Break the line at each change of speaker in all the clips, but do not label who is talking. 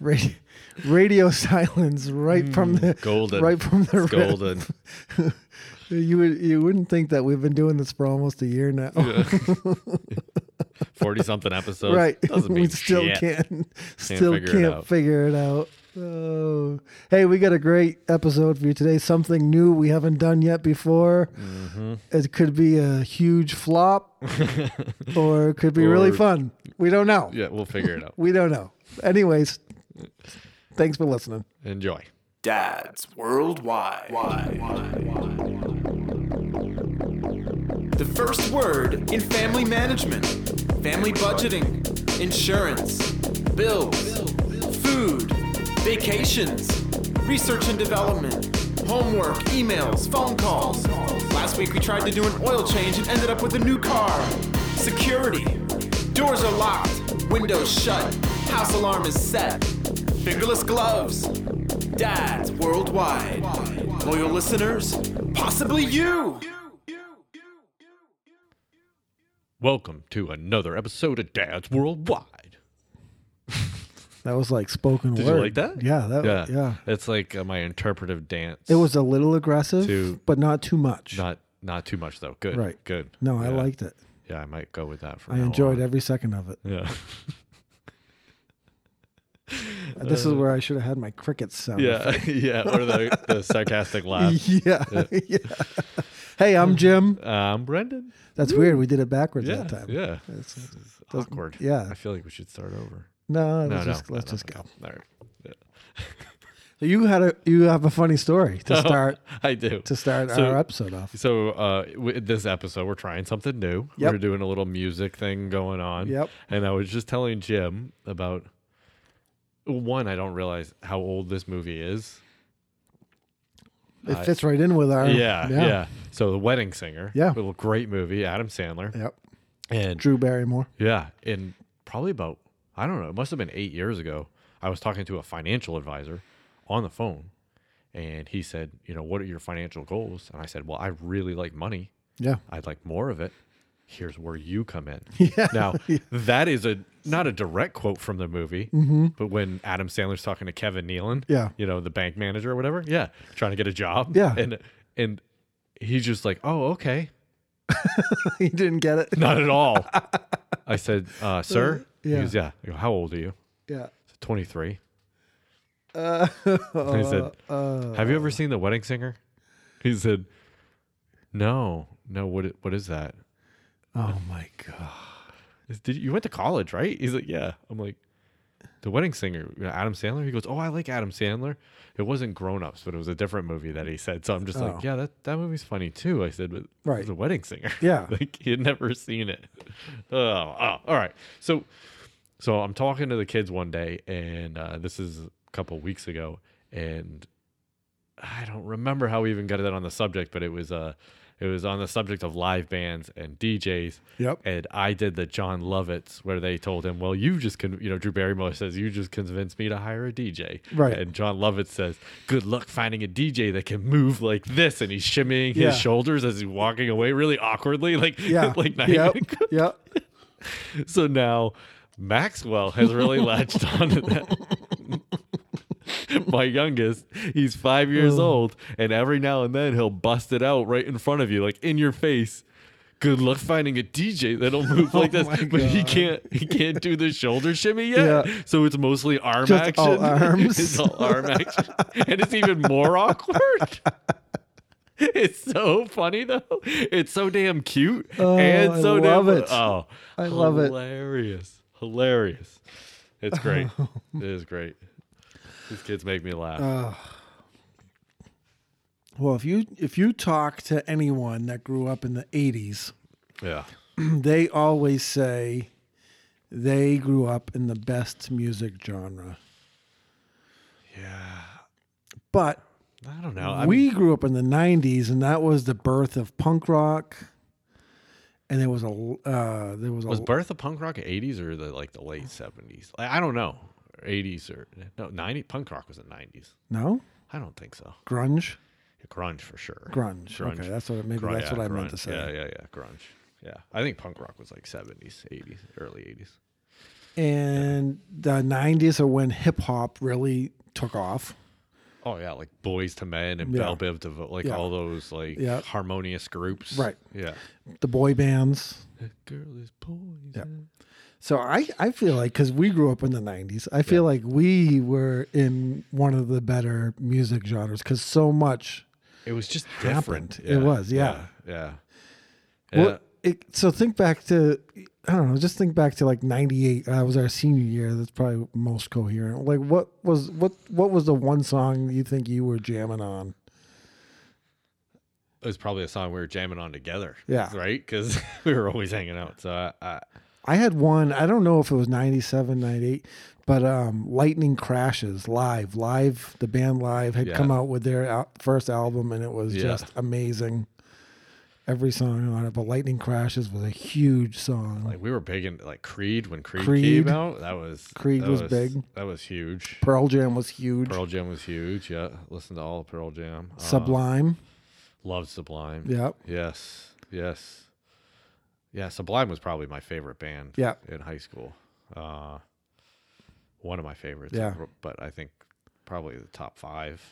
radio, radio silence right from the
golden.
right from the
It's
rip.
golden.
You would you wouldn't think that we've been doing this for almost a year now,
Forty something episodes.
right?
Doesn't mean
we still
shit.
can't still
figure it
can't
out.
figure it out. Oh, hey, we got a great episode for you today. Something new we haven't done yet before.
Mm-hmm.
It could be a huge flop, or it could be really
Or-
fun. We don't know.
Yeah, we'll figure it out.
We don't know. Anyways, thanks for listening.
Enjoy.
Dads Worldwide. The first word in family management, family budgeting, insurance, bills, food, vacations, research and development, homework, emails, phone calls. Last week we tried to do an oil change and ended up with a new car. Security. Doors are locked, windows shut, house alarm is set. Fingerless gloves, dads worldwide. Loyal listeners, possibly you.
Welcome to another episode of Dad's Worldwide.
That was like spoken
Did
word.
you like that?
Yeah, that
yeah.
yeah. yeah.
It's like uh, my interpretive dance.
It was a little aggressive,
Too-
but not too much.
not not too much though. Good.
Right.
Good.
no, I
Yeah.
liked it.
Yeah, I might go with that for.
I
now
enjoyed
on.
every second of it.
Yeah.
This is where I should have had my cricket sound.
Uh, Yeah. yeah. Or the, the sarcastic laugh.
Yeah. yeah. Hey, I'm Jim.
Um, Brendan.
That's weird. We did it backwards
Yeah.
that time.
Yeah.
It's-
It's awkward.
yeah.
I feel like we should start over.
no,
No,
let's
no,
just,
no,
let's
no,
just
no.
go.
All right. Yeah.
So you had a you have a funny story to start
I do.
to start
So-
our episode off.
So uh, w- this episode, we're trying something new.
Yep.
We're doing a little music thing going on.
Yep.
And I was just telling Jim about one. I don't realize how old this movie is.
It fits right in with our
yeah, yeah. So the Wedding Singer.
Oh, Yeah.
A little great movie. Adam Sandler.
Yep.
And
Drew Barrymore.
yeah, and probably about I don't know. It must have been eight years ago. I was talking to a financial advisor on the phone, and he said, "You know, what are your financial goals?" And I said, "Well, I really like money."
Yeah.
I'd like more of it. Here's where you come in. Now that is a not a direct quote from the movie, but when Adam Sandler's talking to Kevin Nealon,
Yeah.
you know the bank manager or whatever, yeah, trying to get a job,
Yeah.
and and he's just like, oh, okay,
you didn't get it.
not at all. I said, uh, sir, He
Yeah.
goes, yeah. I go, How old are you?
Yeah.
Twenty three. Uh, he said, have you ever seen The Wedding Singer? He said, no, no. What i- what is that?
Oh my god.
is- did you, you went to college, right? He's like, yeah. I'm like, the wedding singer, you know, Adam Sandler. He goes, oh, I like Adam Sandler. It wasn't Grown Ups, but it was a different movie that he said. So I'm just
Oh.
like, yeah, that, that movie's funny too. I said, but
Right.
the wedding singer.
Yeah.
like he had never seen it. Oh, oh, all right. So, so I'm talking to the kids one day, and uh, this is a couple weeks ago, and I don't remember how we even got that on the subject, but it was uh, it was on the subject of live bands and DJs.
Yep.
And I did the John Lovitz where they told him, "Well, you just con- you know Drew Barrymore says you just convinced me to hire a DJ."
Right.
And John Lovitz says, "Good luck finding a DJ that can move like this," and he's shimmying
Yeah.
his shoulders as he's walking away really awkwardly, like
Yeah.
like not
yep.
even-
yep.
so now Maxwell has really latched on to that. My youngest, he's five years old, and every now and then he'll bust it out right in front of you, like in your face. Good luck finding a DJ that'll move like this,
Oh my
but he
God.
can't. He can't do the shoulder shimmy yet.
Yeah.
So it's mostly arm
Just
action.
all arms.
it's all arm action, and it's even more awkward. It's so funny though. It's so damn cute and
Oh, I
so
love
damn.
it.
Oh,
I love it.
Hilarious, hilarious. It's great. it is great. These kids make me laugh.
Uh, Well, if you if you talk to anyone that grew up in the 80s,
yeah,
they always say they grew up in the best music genre.
yeah.
But
I don't know. I
we
mean,
grew up in the 90s and that was the birth of punk rock. And there was a l- uh, there was a
was Birth of Punk Rock eighties or the like the late seventies? I, I don't know. Eighties or no ninety? Punk rock was in nineties.
no
I don't think so.
grunge
Grunge for sure.
grunge.
Grunge.
Okay, that's what maybe
Grunge,
that's
yeah,
what I meant
grunge.
to say.
Yeah, yeah, yeah. Grunge. Yeah, I think punk rock was like seventies, eighties, early eighties.
and the 90s are when hip hop really took off.
Oh yeah, like Boys to Men and
Yeah.
Bell Biv DeVoe, like
Yeah.
all those like
Yeah.
harmonious groups.
Right.
Yeah.
The boy bands.
That girl is poison.
So I, I feel like because we grew up in the 90s, I feel like we were in one of the better music genres because so much
It was just
Happened.
different.
It was, yeah.
Yeah. Yeah.
Well, it, so think back to I don't know, just think back to like '98. That was our senior year. That's probably most coherent. Like, what was what what was the one song you think you were jamming on?
it was probably a song we were jamming on together.
Yeah.
Right? Because we were always hanging out. So I, I,
I had one. I don't know if it was '97, '98, but um, Lightning Crashes live, live. The band live had
Yeah.
come out with their al- first album, and it was
Yeah.
just amazing. Every song on it, but Lightning Crashes was a huge song.
like we were big in like Creed when Creed,
Creed.
came out. That was
Creed
that
was big.
That was huge.
Pearl Jam was huge.
Pearl Jam was huge. Yeah. Listen to all of Pearl Jam. Uh,
Sublime,
Love Sublime.
yeah.
Yes. Yes. Yeah, Sublime was probably my favorite band.
Yeah.
In high school. Uh one of my favorites.
Yeah.
But I think probably the top five.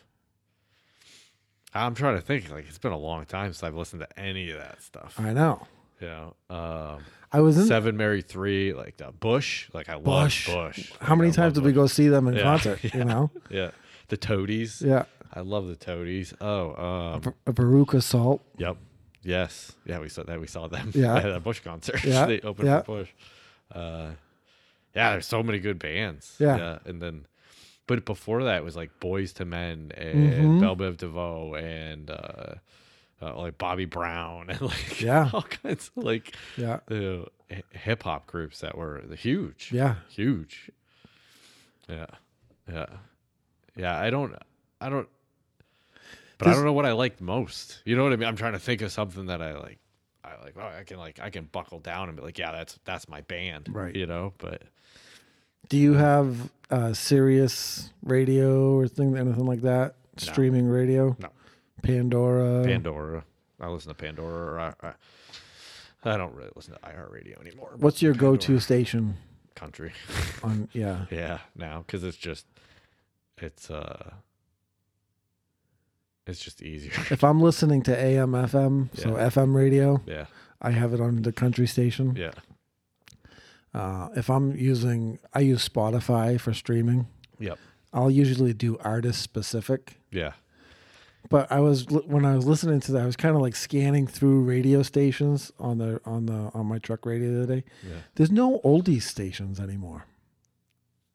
I'm trying to think, like it's been a long time since I've listened to any of that stuff.
I know.
Yeah. Um
I was in
Seven Mary Three, like the Bush. Like I
Bush.
love Bush.
How many times did we go see them in
Yeah.
concert? You know,
we Yeah. The Toadies.
yeah.
I love the Toadies. Oh, um,
Ver- Veruca Salt,
Yep. Yes. Yeah, we saw that. We saw them.
Yeah.
At a Bush concert.
Yeah,
they opened
yeah.
for Bush. Uh, yeah, there's so many good bands.
Yeah.
And then, but before that it was like Boys to Men and
Mm-hmm.
Bell Biv DeVoe and uh, uh, like Bobby Brown and like
Yeah.
all kinds of like
yeah,
the hip hop groups that were huge.
yeah.
Huge. Yeah. Yeah. Yeah. I don't, I don't, but I
This-
don't know what I liked most. You know what I mean? I'm trying to think of something that I like. I like, oh, I can like, I can buckle down and be like, yeah, that's, that's my band.
Right.
You know, but
Do you have uh, Sirius Radio or thing, anything like that? Streaming radio?
No.
Pandora.
Pandora, I listen to Pandora. Or I, I, I don't really listen to iHeartRadio anymore. but
What's your
Pandora
go-to station
country?
on? Yeah,
Yeah, now because it's just it's uh it's just easier.
if I'm listening to AM FM, so
Yeah.
FM radio,
yeah,
I have it on the country station.
yeah,
Uh, if I'm using, I use Spotify for streaming.
yep,
I'll usually do artist specific.
yeah,
but I was li- when I was listening to that, I was kind of like scanning through radio stations on the on the on my truck radio the other day.
yeah.
There's no oldies stations anymore.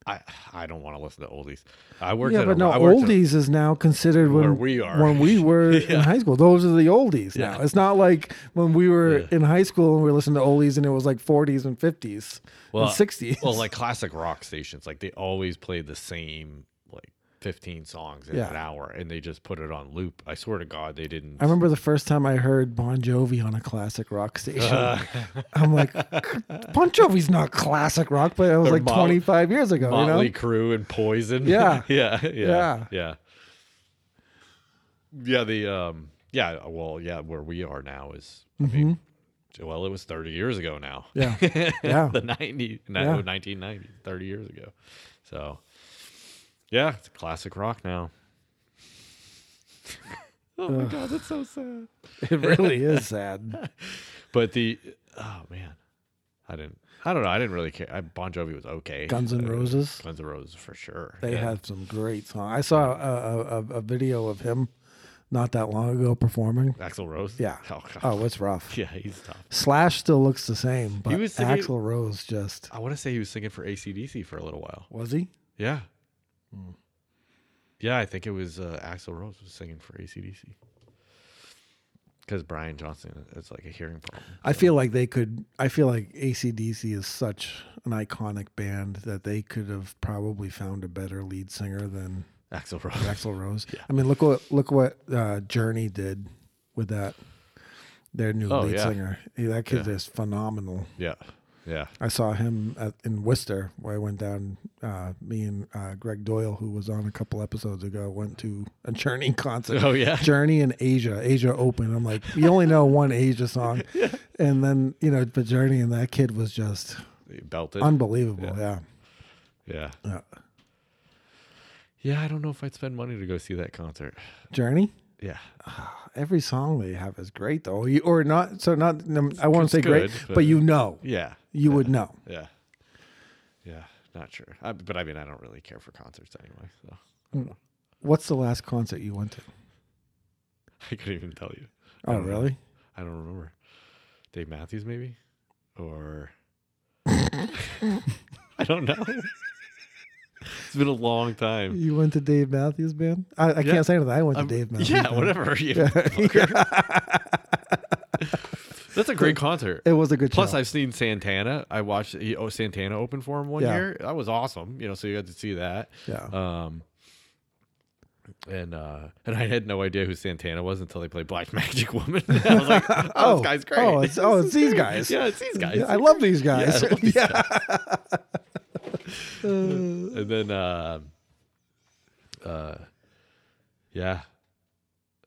I I don't want to listen to oldies. I worked
yeah,
at
but
a,
no,
I worked at-
oldies is now considered when
Where we are.
when we were in
Yeah.
high school. Those are the oldies
Yeah.
now. It's not like when we were
Yeah.
in high school and we listened to oldies and it was like 40s and 50s
Well,
and 60s.
well, like classic rock stations, like they always played the same like fifteen songs in
Yeah.
an hour, and they just put it on loop. I swear to God, they didn't.
I remember the first time I heard Bon Jovi on a classic rock station.
Uh.
I'm like, Bon Jovi's not classic rock, but it was
They're
like
Mot-
25 years ago. you know?
Motley Crue and Poison.
Yeah.
yeah, yeah,
Yeah.
yeah, yeah. The um, yeah. Well, yeah. Where we are now is, I mean, well, it was thirty years ago now.
Mm-hmm. Yeah. Yeah.
the 90, no,
Yeah.
1990, 30 years ago. So, yeah, it's classic rock now. oh my god, that's so sad.
It really is sad.
But the oh man, I didn't. I don't know. I didn't really care. I, bon Jovi was okay.
Guns N'
Uh,
Roses.
Guns N' Roses for sure.
They
yeah.
have some great songs. I saw a, a, a- a video of him not that long ago performing.
Axl Rose.
Yeah.
Oh, God.
Oh, it's rough.
yeah, he's tough.
Slash still looks the same, but
was singing-
Axl Rose just
I want to say he was singing for ACDC for a little while.
was he?
Yeah. Yeah, I think it was uh, Axel Rose was singing for ACDC. Because Brian Johnson is like a hearing problem.
I feel like they could. I feel like ACDC is such an iconic band that they could have probably found a better lead singer than
Axel Rose.
Axl Rose. I mean, look what look what uh, Journey did with that. Their new
Oh,
lead
yeah.
singer. Yeah, that kid
Yeah.
is phenomenal.
Yeah. Yeah.
I saw him at, in Worcester where I went down. Uh, me and uh, Greg Doyle, who was on a couple episodes ago, went to a Journey concert.
Oh, yeah.
Journey in Asia, Asia Open. I'm like, you only know one Asia song, and then you know, but Journey and that kid was just
belted.
Unbelievable. Yeah.
yeah.
Yeah.
Yeah, I don't know if I'd spend money to go see that concert.
Journey.
Yeah.
Every song they have is great though. You or not? So not. um, I won't
It's
say great,
good,
but,
but-
you know,
Yeah.
you would know.
Yeah. Yeah. Not sure. I, but I mean, I don't really care for concerts anyway. So
What's the last concert you went to?
I couldn't even tell you. I
Oh,
don't know.
really?
I don't remember. Dave Matthews, maybe? Or. I don't know. it's been a long time.
You went to Dave Matthews Band? I, I
Yeah.
can't say anything. I went to
I'm-
Dave Matthews.
yeah,
Band.
whatever. you fucker. That's a great concert.
It was a good
Plus,
show.
I've seen Santana. I watched he- oh Santana open for him one
Yeah.
year. That was awesome. You know, so you got to see that.
yeah.
Um, and uh, and I had no idea who Santana was until they played Black Magic Woman. I was like, oh, this guy's great.
Oh, it's, oh, it's these guys.
yeah, it's these guys.
I love these guys.
Yeah, I love these
Yeah.
and then, uh, uh, yeah,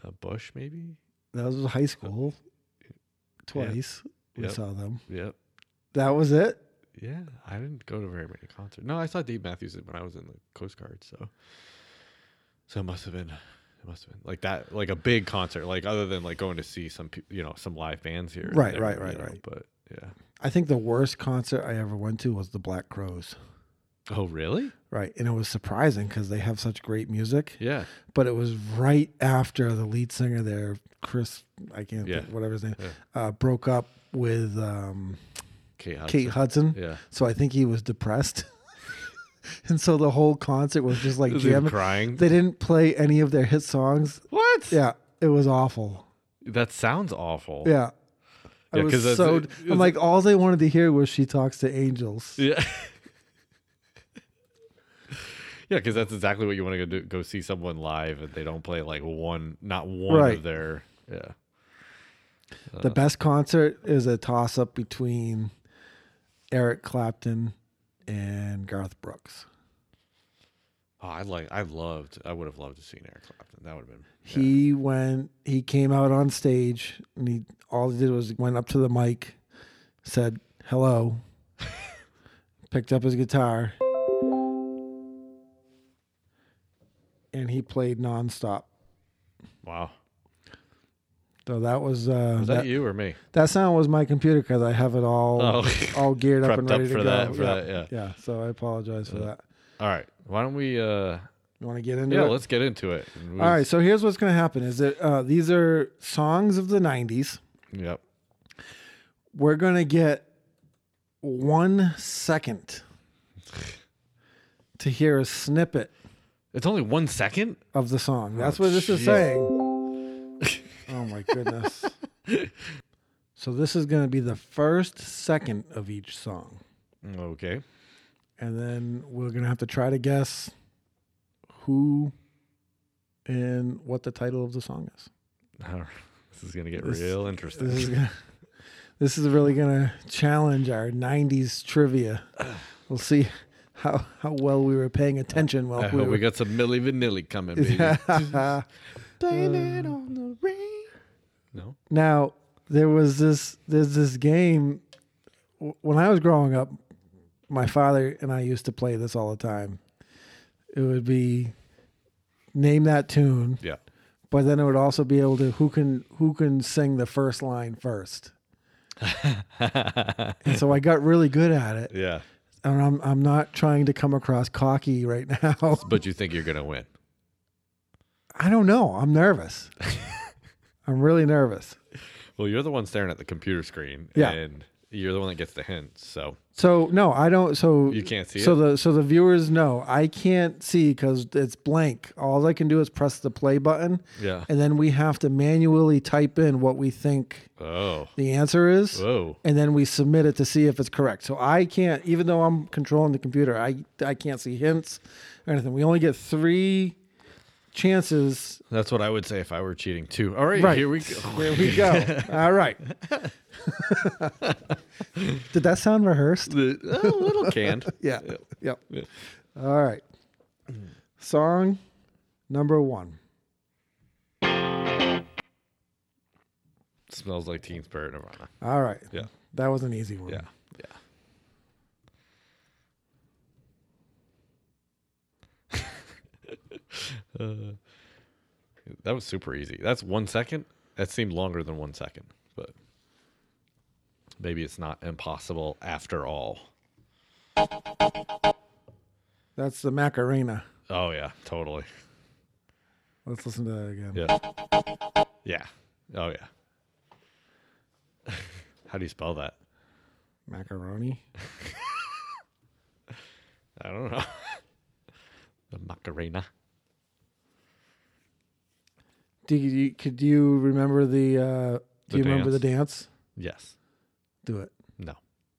uh, Bush maybe.
That was high school. Twice we
Yep.
saw them.
Yep.
That was it.
Yeah, I didn't go to very many concerts. No, I saw Dave Matthews when I was in the Coast Guard, so so it must have been it must have been like that, like a big concert, like other than like going to see some pe- you know some live bands here. and
Right,
there,
right, right,
you know,
right.
But yeah.
I think the worst concert I ever went to was the Black Crows.
Oh really?
Right, and it was surprising because they have such great music.
Yeah.
But it was right after the lead singer there, Chris, I can't
Yeah.
think whatever his name,
Yeah.
uh, broke up with um,
Kate Hudson.
Kate Hudson.
Yeah.
So I think he was depressed. and so the whole concert was just like
Is he
jamming.
crying?
They didn't play any of their hit songs.
what?
Yeah, it was awful.
That sounds awful.
Yeah. I
Yeah,
was
'cause that's-
so
it-
I'm like all they wanted to hear was she talks to angels.
Yeah. Yeah, because that's exactly what you want to go do, go see someone live, and they don't play like one, not one
Right.
of their. Yeah.
The best concert is a toss up between Eric Clapton and Garth Brooks.
Oh, I like. I loved. I would have loved to see Eric Clapton. That would have been.
He went he came out on stage and he all he did was went up to the mic, said hello, picked up his guitar, and he played nonstop.
Wow.
So that was uh
Was that, you or me?
That sound was my computer because I have it all
Oh.
all geared up and
Prepped up
ready to
for
go.
that, for
yeah.
that, yeah.
So I apologize for that.
All right. Why don't we? uh
You want to get into
Yeah,
it?
let's get into it. And we-
all right. So here's what's going to happen: is that uh, these are songs of the '90s.
Yep.
We're going to get one second to hear a snippet
It's only one second.
of the song. That's
Oh,
what this
jeez.
is saying. oh my goodness. So this is going to be the first second of each song.
Okay.
and then we're gonna have to try to guess who and what the title of the song is.
All right. This is gonna get
This-
real interesting.
This is gonna, this is really gonna challenge our '90s trivia. We'll see how how well we were paying attention while
I
we
hope
were.
we got some Milli Vanilli coming, baby. Blame it on the rain. No.
now there was this there's this game w- when I was growing up. My father and I used to play this all the time. It would be name that tune.
Yeah.
but then it would also be able to who can who can sing the first line first. and so I got really good at it,
Yeah.
and I'm I'm not trying to come across cocky right now.
But you think you're gonna win?
I don't know. I'm nervous. I'm really nervous.
Well, you're the one staring at the computer screen.
Yeah.
And you're the one that gets the hint. So
So no, I don't. So
You can't see
So
it?
the so the viewers know I can't see because it's blank. All I can do is press the play button,
yeah.
and then we have to manually type in what we think
Oh.
the answer is.
Whoa.
and then we submit it to see if it's correct. So I can't, even though I'm controlling the computer, I I can't see hints or anything. We only get three chances.
That's what I would say if I were cheating too. All right,
Right.
here we go.
There we go. All right. Did that sound rehearsed?
The- a little canned.
Yeah. Yep.
Yeah.
All right. Song number one.
Smells like Teen Spirit Nirvana.
All right.
Yeah.
That was an easy one.
Yeah. Yeah. Uh, that was super easy. That's one second. That seemed longer than one second, but maybe it's not impossible after all.
That's the Macarena.
Oh yeah, totally.
Let's listen to that again.
Yeah. Yeah. Oh yeah. How do you spell that?
Macaroni.
I don't know. the Macarena.
Do you, could you remember the? Uh,
The
do you remember the dance?
Yes.
Do it.
No.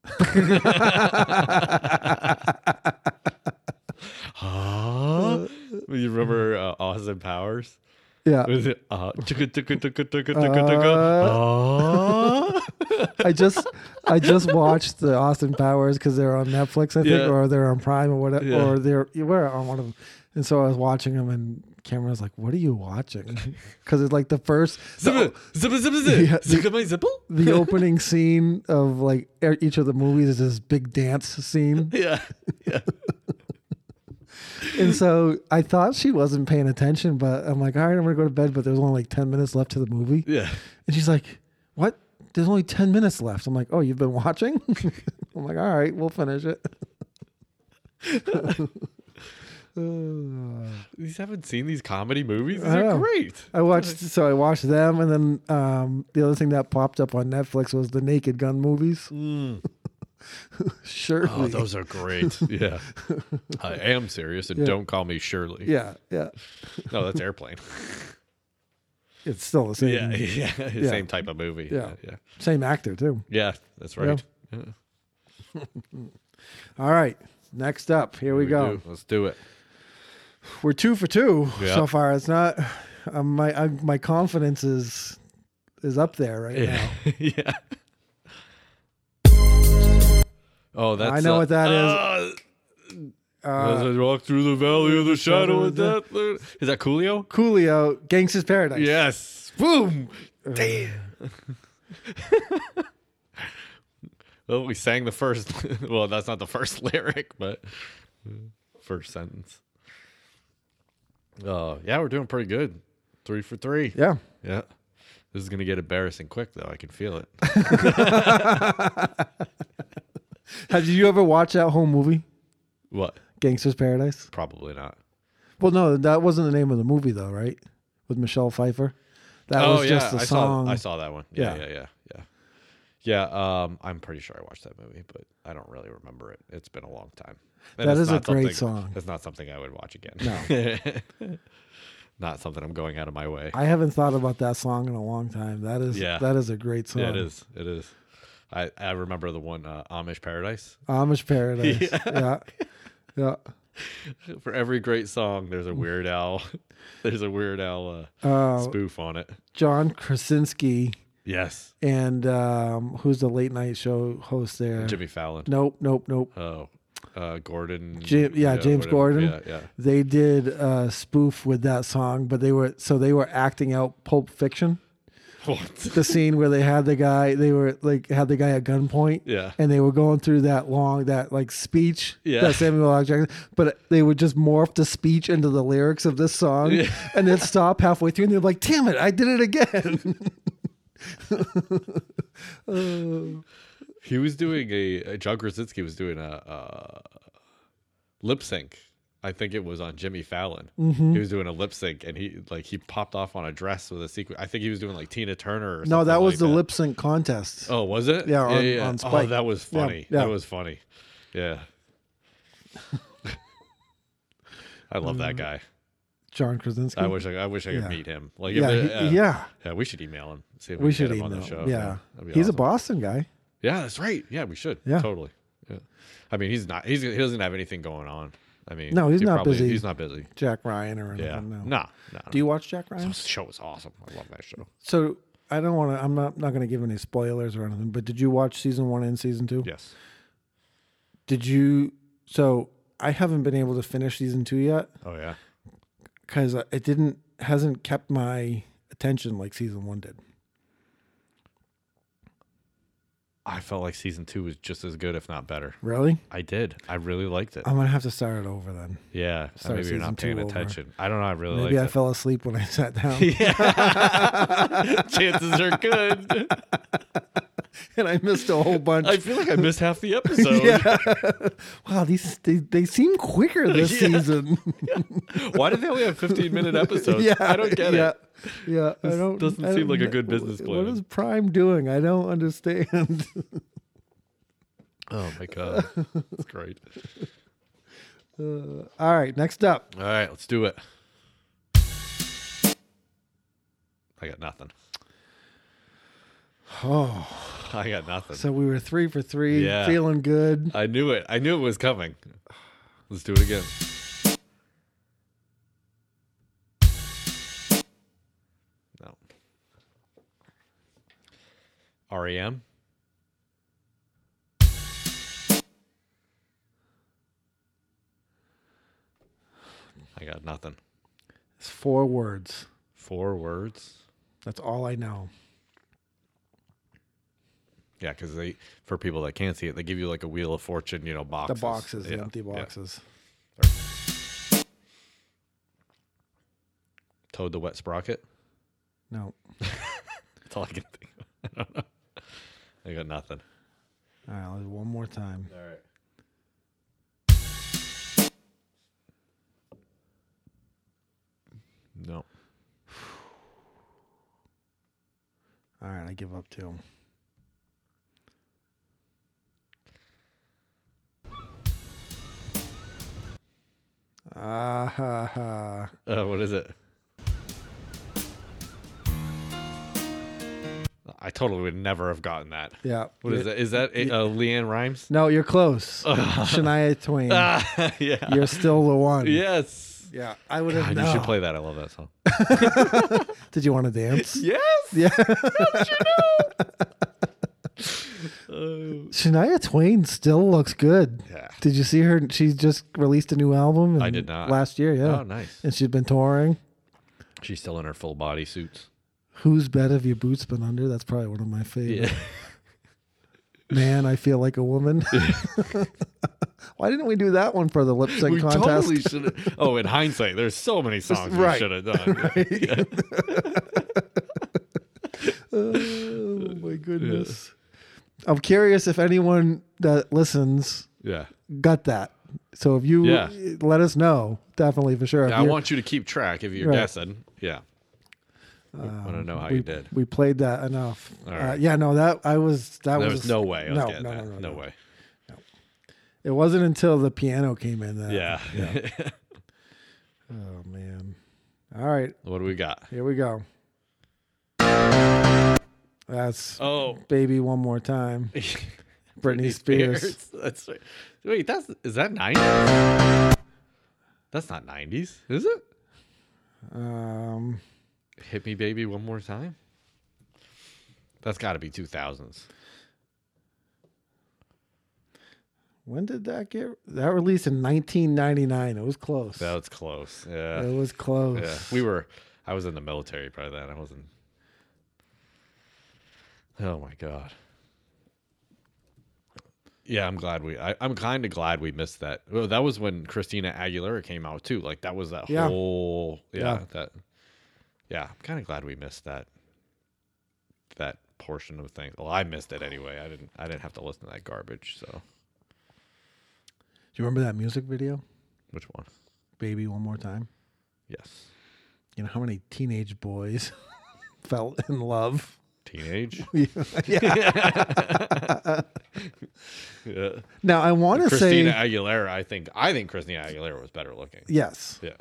huh? You remember uh, Austin Powers?
Yeah, Uh,
Was it Oh. uh, chugga, chugga, chugga, chugga, chugga, chugga? Huh?
I just I just watched the Austin Powers because they're on Netflix, I think,
Yeah.
or they're on Prime or whatever,
Yeah.
or they're you were on one of them. And so I was watching them, and Cameron's like, "What are you watching?" Because it's like the first
Zip it, zip it, zip it, zip.
Yeah,
Zip my zipple?
the opening scene of like e- each of the movies is this big dance scene.
Yeah. Yeah.
And so I thought she wasn't paying attention, but I'm like, all right, I'm gonna go to bed. But there's only like 10 minutes left to the movie.
Yeah.
And she's like, what? There's only 10 minutes left. I'm like, oh, you've been watching? I'm like, all right, we'll finish it. Uh,
You haven't seen these comedy movies? These
I
are
know.
great.
I watched, so I watched them. And then um, the other thing that popped up on Netflix was the Naked Gun movies.
Mm.
Surely.
Oh, those are great. Yeah. I am serious and
Yeah.
don't call me Shirley.
yeah, yeah.
No, that's airplane.
It's still the same,
yeah, yeah. Same type of movie.
Yeah.
Yeah.
same actor, too.
Yeah, that's
Yeah.
right. Yeah.
All right. Next up, here we,
We
go.
do. Let's do it.
We're two for two
Yeah.
so far. It's not um, my I, my confidence is is up there right now.
Yeah. yeah. Oh, that's
I know what that is.
uh,
Uh,
as I walk through the valley of the shadow of death. uh, Is that Coolio?
Coolio, Gangsta's Paradise.
Yes. Boom. Damn. well, we sang the first. Well, that's not the first lyric, but first sentence. Uh, yeah, we're doing pretty good. Three for three.
Yeah.
Yeah. This is going to get embarrassing quick, though. I can feel it.
Have you ever watched that whole movie,
what?
Gangsta's Paradise?
Probably not.
Well, no, that wasn't the name of the movie though, right? With Michelle Pfeiffer. That
oh,
was
yeah.
just a
I
song.
Saw, I saw that one.
Yeah.
Yeah, yeah, yeah, yeah. Yeah, um, I'm pretty sure I watched that movie, but I don't really remember it. It's been a long time. And
That
it's
is a
not
great
something-
song.
That's not something I would watch again. No. not something I'm going out of my way.
I haven't thought about that song in a long time. That is
Yeah.
that is a great song.
yeah, it is. It is. I, I remember the one uh, Amish Paradise.
Amish Paradise. yeah. Yeah.
For every great song, there's a
Mm.
Weird Al. there's a Weird Al uh,
Uh,
spoof on it.
John Krasinski
Yes,
and um, who's the late night show host there?
Jimmy Fallon.
Nope, nope, nope.
Oh, uh, Gordon.
Jim- yeah, James Gordon.
Yeah, yeah.
They did a spoof with that song, but they were so they were acting out Pulp Fiction.
What?
The scene where they had the guy, they were like had the guy at gunpoint,
Yeah.
and they were going through that long that like speech
Yeah.
that Samuel L. Jackson, but they would just morph the speech into the lyrics of this song,
Yeah.
and then stop halfway through, and they're like, "Damn it, I did it again."
He was doing a uh, John Krasinski was doing a, uh lip sync. I think it was on Jimmy Fallon.
Mm-hmm.
He was doing a lip sync, and he like he popped off on a dress with a sequin. I think he was doing like Tina Turner. Or
no, that was the
lip.
lip sync contest.
Oh, was it?
Yeah, on- on
Oh,
Spike.
that was
Yeah,
funny.
yeah.
That was funny. Yeah. I love that guy.
John Krasinski.
I wish I, I wish I could
Mm. Yeah.
meet him. Like, if
yeah,
it-
he-
uh,
yeah.
yeah, we should email him. See if we,
We
can
should
get him
email.
on the show.
Yeah,
that'd be
he's
awesome.
a Boston guy.
Yeah, that's right. Yeah, we should.
Yeah.
totally. Yeah. I mean, he's not. He's, he doesn't have anything going on. I mean,
No, he's
he
not
probably-
busy.
He's not busy.
Jack Ryan or anything.
Yeah,
No.
no, no.
Do you watch Jack Ryan?
This show is awesome. I love that show.
So I don't want to. I'm not not going to give any spoilers or anything. But did you watch season one and season two?
Yes.
Did you? So I haven't been able to finish season two yet
Oh yeah.
because it didn't hasn't kept my attention like season one did.
I felt like season two was just as good, if not better.
Really?
I did. I really liked it.
I'm gonna have to start it over then.
yeah.
Start
maybe you're not
Oh, season
paying
two over.
attention. I don't know. I really
Maybe I
liked
fell asleep when I sat down
it. Yeah. Chances are good.
and I missed a whole bunch.
I feel like I missed half the episode.
yeah. wow, these they, they seem quicker this
Yeah.
season.
Why do they only have 15 minute episodes?
yeah,
I don't get
yeah,
it.
Yeah, I
This
don't.
doesn't
I
seem
don't
like a
kn-
good business
What
plan.
is Prime doing? I don't understand.
Oh my God. That's great.
All right, next up.
All right, let's do it. I got nothing.
Oh,
I got nothing.
so we were three for three,
Yeah.
feeling good.
I knew it. I knew it was coming. Let's do it again. No. REM? I got nothing.
It's four words.
Four words?
That's all I know.
Yeah, because they for people that can't see it, they give you like a wheel of fortune, you know,
The
boxes.
boxes, the
Yeah,
empty
yeah.
boxes.
Toad the wet sprocket.
No.
That's all I can think of. I don't know. I got nothing.
All right, let's- one more time.
All right. No.
All right, I give up too. Ah ha ha.
Uh, what is it? I totally would never have gotten that.
Yeah.
What is that? Is that a, uh, Leanne Rhymes?
No, you're close. Shania Twain.
Ah, yeah.
You're still the one.
Yes.
Yeah. I would
God,
have.
You should
no.
play that. I love that song.
Did you want to dance?
Yes.
yeah.
Uh,
Shania Twain still looks good.
yeah.
Did you see her? She just released a new album.
I
in-
did not.
Last year, yeah.
Oh, nice.
And she's been touring.
She's still in her full body suits.
Whose bed have your boots been under? That's probably one of my favorites.
Yeah.
Man, I feel like a woman. Why didn't we do that one for the lip sync
we
contest?
totally should have. Oh, in hindsight, there's so many songs
Right.
we should have done. Yeah.
oh my goodness. I'm curious if anyone that listens
Yeah.
got that. So if you
Yeah.
let us know, definitely for sure. If
Yeah, I
you-
want you to keep track if you're
Right. Uh,
guessing. Yeah. I want to know how
we,
you did.
We played that enough.
All
Uh,
right.
yeah, no, that I was that
There
was,
was no way I was
no,
getting
no,
that.
no, no,
no,
no.
way.
It wasn't until the piano came in that.
Yeah.
Oh man. All right,
what do we got?
here we go. That's
Oh,
baby one more time.
Britney
Britney Spears.
That's right. Wait, that's is that 90s? That's not 90s, is it?
Um,
Hit me, baby, one more time. That's got to be 2000s.
when did that get? That released in 1999. It was close.
That was close.
it
Yeah.
was close.
Yeah. We were, I was in the military by then. I wasn't. Oh my God. Yeah, I'm glad we, I, I'm kind of glad we missed that. Well, that was when Christina Aguilera came out too. Like that was that
Yeah.
whole, yeah,
Yeah.
that, yeah, I'm kind of glad we missed that, that portion of things. Well, I missed it anyway. I didn't, I didn't have to listen to that garbage. So
Do you remember that music video?
which one?
Baby one more time.
Yes.
You know how many teenage boys fell in love?
Teenage.
yeah.
yeah.
Now I want to
Christina
say
Aguilera, I think I think Christina Aguilera was better looking.
yes.
Yeah,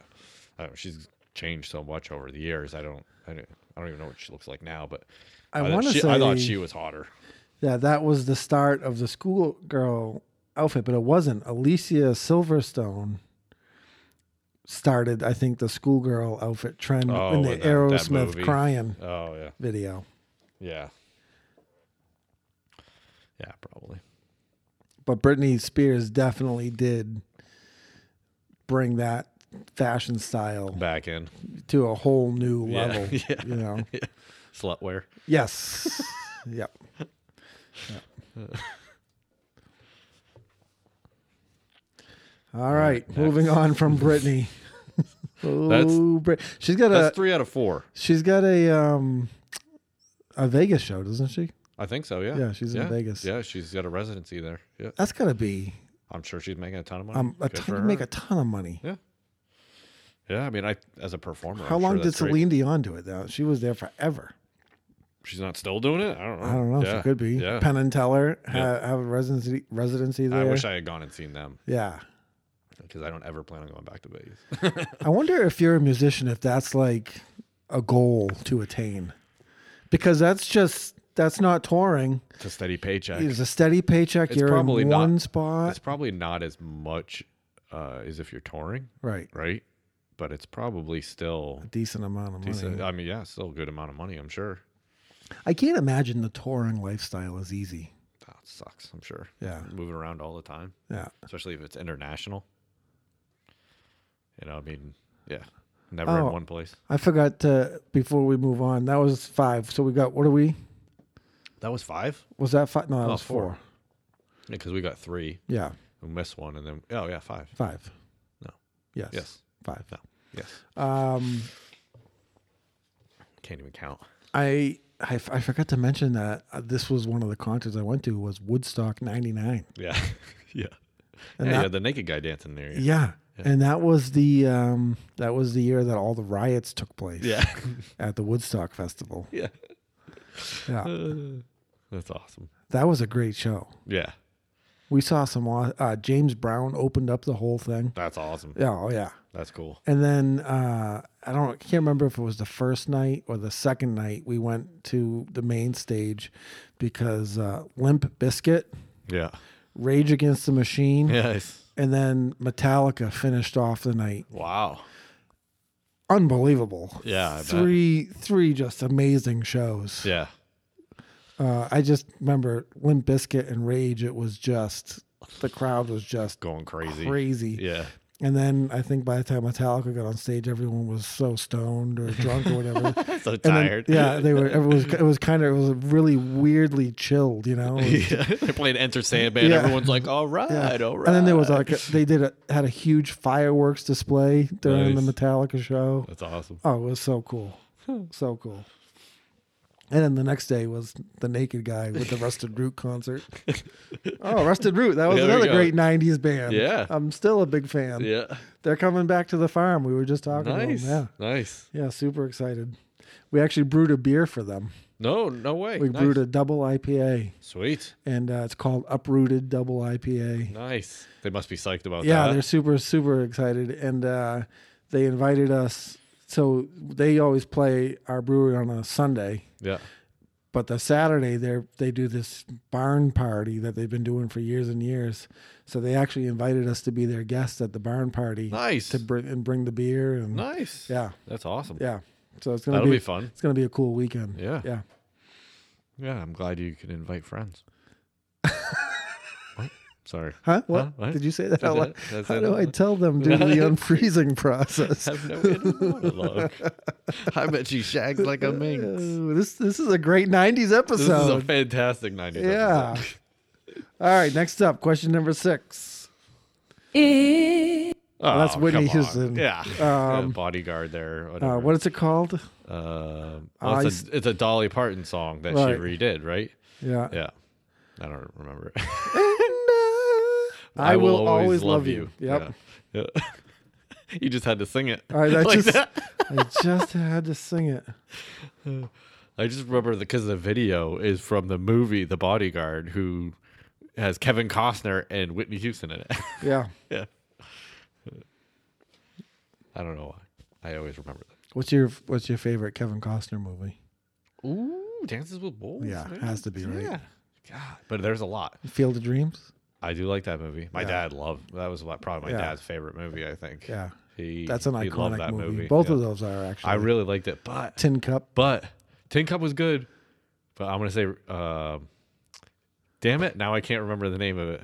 I don't know, she's changed so much over the years. I don't, I don't, I don't even know what she looks like now. But
I
thought
wanna
she- I thought
say-
she was hotter.
Yeah, that was the start of the schoolgirl outfit, but it wasn't. Alicia Silverstone started, I think, the schoolgirl outfit trend
Oh,
in the
with that- that
Aerosmith
movie.
crying
Oh yeah,
video.
yeah, yeah, probably.
But Britney Spears definitely did bring that fashion style
Back in
to a whole new
Yeah,
level.
yeah.
You know.
slutwear.
Yes. yep. Yep. All right, moving on from Brittany. oh, Brit- she's got a
That's three out of four.
she's got a um a Vegas show, doesn't she?
I think so. Yeah.
Yeah, she's in Vegas.
Yeah, she's got a residency there. Yeah,
That's gotta be
I'm sure she's making a ton of money.
um a
Good
ton,
for
you make
her.
a ton of money.
Yeah. Yeah, I mean, I as a performer.
How
I'm sure
long did
that's great.
Celine Dion do it? Though she was there forever.
She's not still doing it. I don't know.
I don't know.
Yeah,
She could be.
Yeah.
Penn and Teller ha- have a residency residency there.
I wish I had gone and seen them
yeah.
because I don't ever plan on going back to Vegas.
I wonder if you're a musician, if that's like a goal to attain, because that's just that's not touring.
it's a steady paycheck.
It's a steady paycheck.
It's
you're
probably
in
not-
one spot,
It's probably not as much uh, as if you're touring,
right?
right? But it's probably still
A decent amount of
decent.
money.
I mean, yeah, still a good amount of money, I'm sure.
I can't imagine the touring lifestyle is easy.
That sucks, I'm sure.
Yeah.
Moving around all the time,
Yeah,
especially if it's international. You know, I mean, yeah, never
Oh.
in one place.
I forgot to before we move on. That was five. So we got what are we?
That was five?
Was that five? No, that
Oh,
was four.
four. Yeah, because we got three.
Yeah,
We missed one, and then, oh, yeah, five.
five.
No.
Yes.
Yes.
Five.
No. Yes.
Um,
Can't even count.
I, I f- I forgot to mention that uh, this was one of the concerts I went to was Woodstock '99.
Yeah. yeah.
And
yeah,
that-
yeah, the naked guy dancing there. Yeah.
Yeah. And that was the um, that was the year that all the riots took place
Yeah.
at the Woodstock Festival.
yeah.
Yeah,
Uh. That's awesome.
that was a great show.
Yeah.
We saw some aw- uh, James Brown opened up the whole thing.
That's awesome.
Yeah, oh yeah.
That's cool.
And then uh, I don't can't remember if it was the first night or the second night we went to the main stage because uh, Limp Biscuit,
Yeah.
Rage Against the Machine,
Yes.
and then Metallica finished off the night.
Wow.
Unbelievable.
Yeah, I bet.
three three just amazing shows.
Yeah.
Uh, I just remember Limp Biscuit and Rage. It was just the crowd was just
Going crazy.
crazy.
Yeah.
And then I think by the time Metallica got on stage, everyone was so stoned or drunk or whatever.
So
And then-
tired.
yeah, they were. It was. It was kind of. It was really weirdly chilled. You know. It was-
yeah. They're playing Enter Sandman.
Yeah.
Everyone's like, all right, all right.
And then there was like a, they did a, had a huge fireworks display during the
Nice.
Metallica show.
That's awesome.
Oh, it was so cool,
Hmm.
so cool. And then the next day was the Naked Guy with the Rusted Root concert. oh, Rusted Root! That was
Yeah, there you
another
go.
great '90s band.
Yeah.
I'm still a big fan.
Yeah.
They're coming back to the farm. We were just talking.
Nice.
To them.
Nice.
Yeah, yeah, super excited. We actually brewed a beer for them.
No, no way.
We
nice.
brewed a double IPA,
Sweet.
and uh, it's called Uprooted Double IPA.
Nice. Uh-huh. They must be psyched about
yeah, they're
that.
super super excited, and uh, they invited us. So they always play our brewery on a Sunday,
Yeah.
but the Saturday they they do this barn party that they've been doing for years and years. So they actually invited us to be their guests at the barn party
Nice.
to bring and bring the beer and
nice.
yeah
That's awesome.
yeah. So it's gonna
That'll be
be,
fun.
it's gonna be a cool weekend.
Yeah.
yeah.
Yeah, I'm glad you can invite friends. what? Sorry.
Huh? What?
Huh? What?
Did you say that? out
That's
loud?
it? That's
How
it?
do I tell them due to the unfreezing process?
have no inner monologue. I bet she shags like a minx.
Ooh, this this is a great '90s
This is a
episode.
fantastic 90s
Yeah.
episode.
All right, next up, question number six.
Oh,
that's Whitney
come on.
Houston. Um,
Yeah. Yeah, bodyguard there.
Uh,
Whatever.
what is it called?
Um, well,
I-
it's, a, it's a Dolly Parton song that
Right.
she redid, right?
Yeah.
Yeah. I don't remember it.
uh, I, will, always, love you. Yep. Uh,
Yeah. Yeah. you just had to sing it.
All right, I
like
just
that.
I just had to sing it.
I just remember because the video is from the movie The Bodyguard, who has Kevin Costner and Whitney Houston in it.
Yeah.
yeah. I don't know why. I always remember that.
What's your What's your favorite Kevin Costner movie?
Ooh, Dances with Wolves.
Yeah,
man.
has to be, right?
Yeah. God, but there's a lot.
Field of Dreams.
I do like that movie. My
Yeah.
dad loved that was like probably my
Yeah.
dad's favorite movie. I think.
Yeah,
He
that's an
he
iconic
loved that
movie.
movie.
Both
yeah.
of those are actually.
I really liked it, but
Tin Cup.
but Tin Cup was good. But I'm gonna say, um damn it! Now I can't remember the name of it.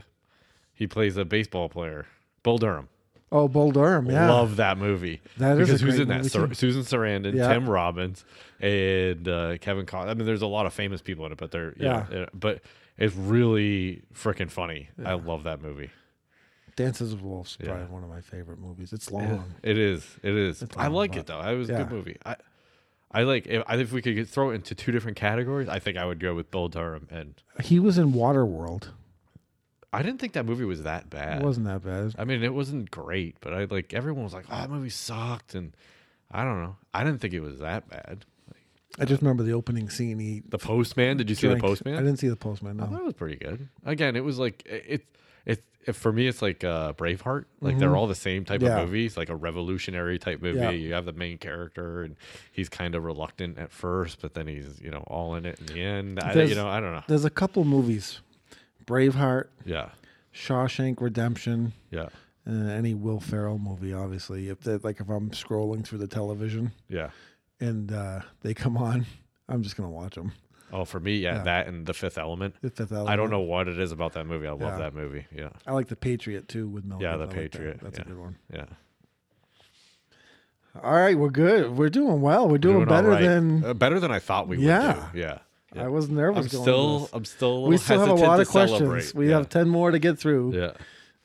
He plays a baseball player, Bull Durham.
Oh, Bull Durham. Yeah.
Love that movie.
That is a
because who's
great
in that?
movie,
Sar-
too.
Susan Sarandon,
Yeah.
Tim Robbins, and uh, Kevin Costner. I mean, there's a lot of famous people in it, but they're yeah.
Yeah.
uh, but It's really freaking funny. I love that movie.
Dances with Wolves, is probably
Yeah.
one of my favorite movies. It's long.
It is. It is. I
long,
like
but-
it though. It was a good
yeah.
movie. I, I like. If, I- if we could get- throw it into two different categories, I think I would go with Bill Durham. And
He was in Waterworld.
I didn't think that movie was that
It
bad.
wasn't that bad.
I mean, it wasn't great, but I like everyone was like, "Oh, that movie sucked," and I don't know. I didn't think it was that bad.
I just remember the opening scene. He
The Postman. Did you see
drank-
the Postman?
I didn't see the postman.
I thought
No.
it was pretty good. Again, it was like it. it it, it, for me, it's like uh, Braveheart. Like they're all the same type
Mm-hmm. Yeah.
of movies, like a revolutionary type movie.
Yeah.
You have the main character, and he's kind of reluctant at first, but then he's you know all in it in the end. I, you
There's-
know, I don't know.
There's a couple movies, Braveheart,
Yeah,
Shawshank Redemption,
yeah,
and any Will Ferrell movie. Obviously, if that like if I'm scrolling through the television
yeah.
and uh, they come on, I'm just gonna watch them.
Oh, for me, yeah,
Yeah.
that and The Fifth Element.
The Fifth
I
Element.
don't know what it is about that movie. I love
Yeah.
that movie. Yeah,
I like the Patriot too with Mel.
Yeah,
Gibson.
The
I like that.
Patriot,
That's
yeah.
a good one.
yeah.
All right, we're good. We're doing well. We're doing,
all
better
right.
than
Uh, better than I thought we
Yeah.
would. Do. Yeah, yeah.
I was nervous.
I'm
going
still,
into this.
I'm still. A little
we still have a
hesitant
lot
to
of questions.
celebrate.
We
yeah.
have ten more to get through.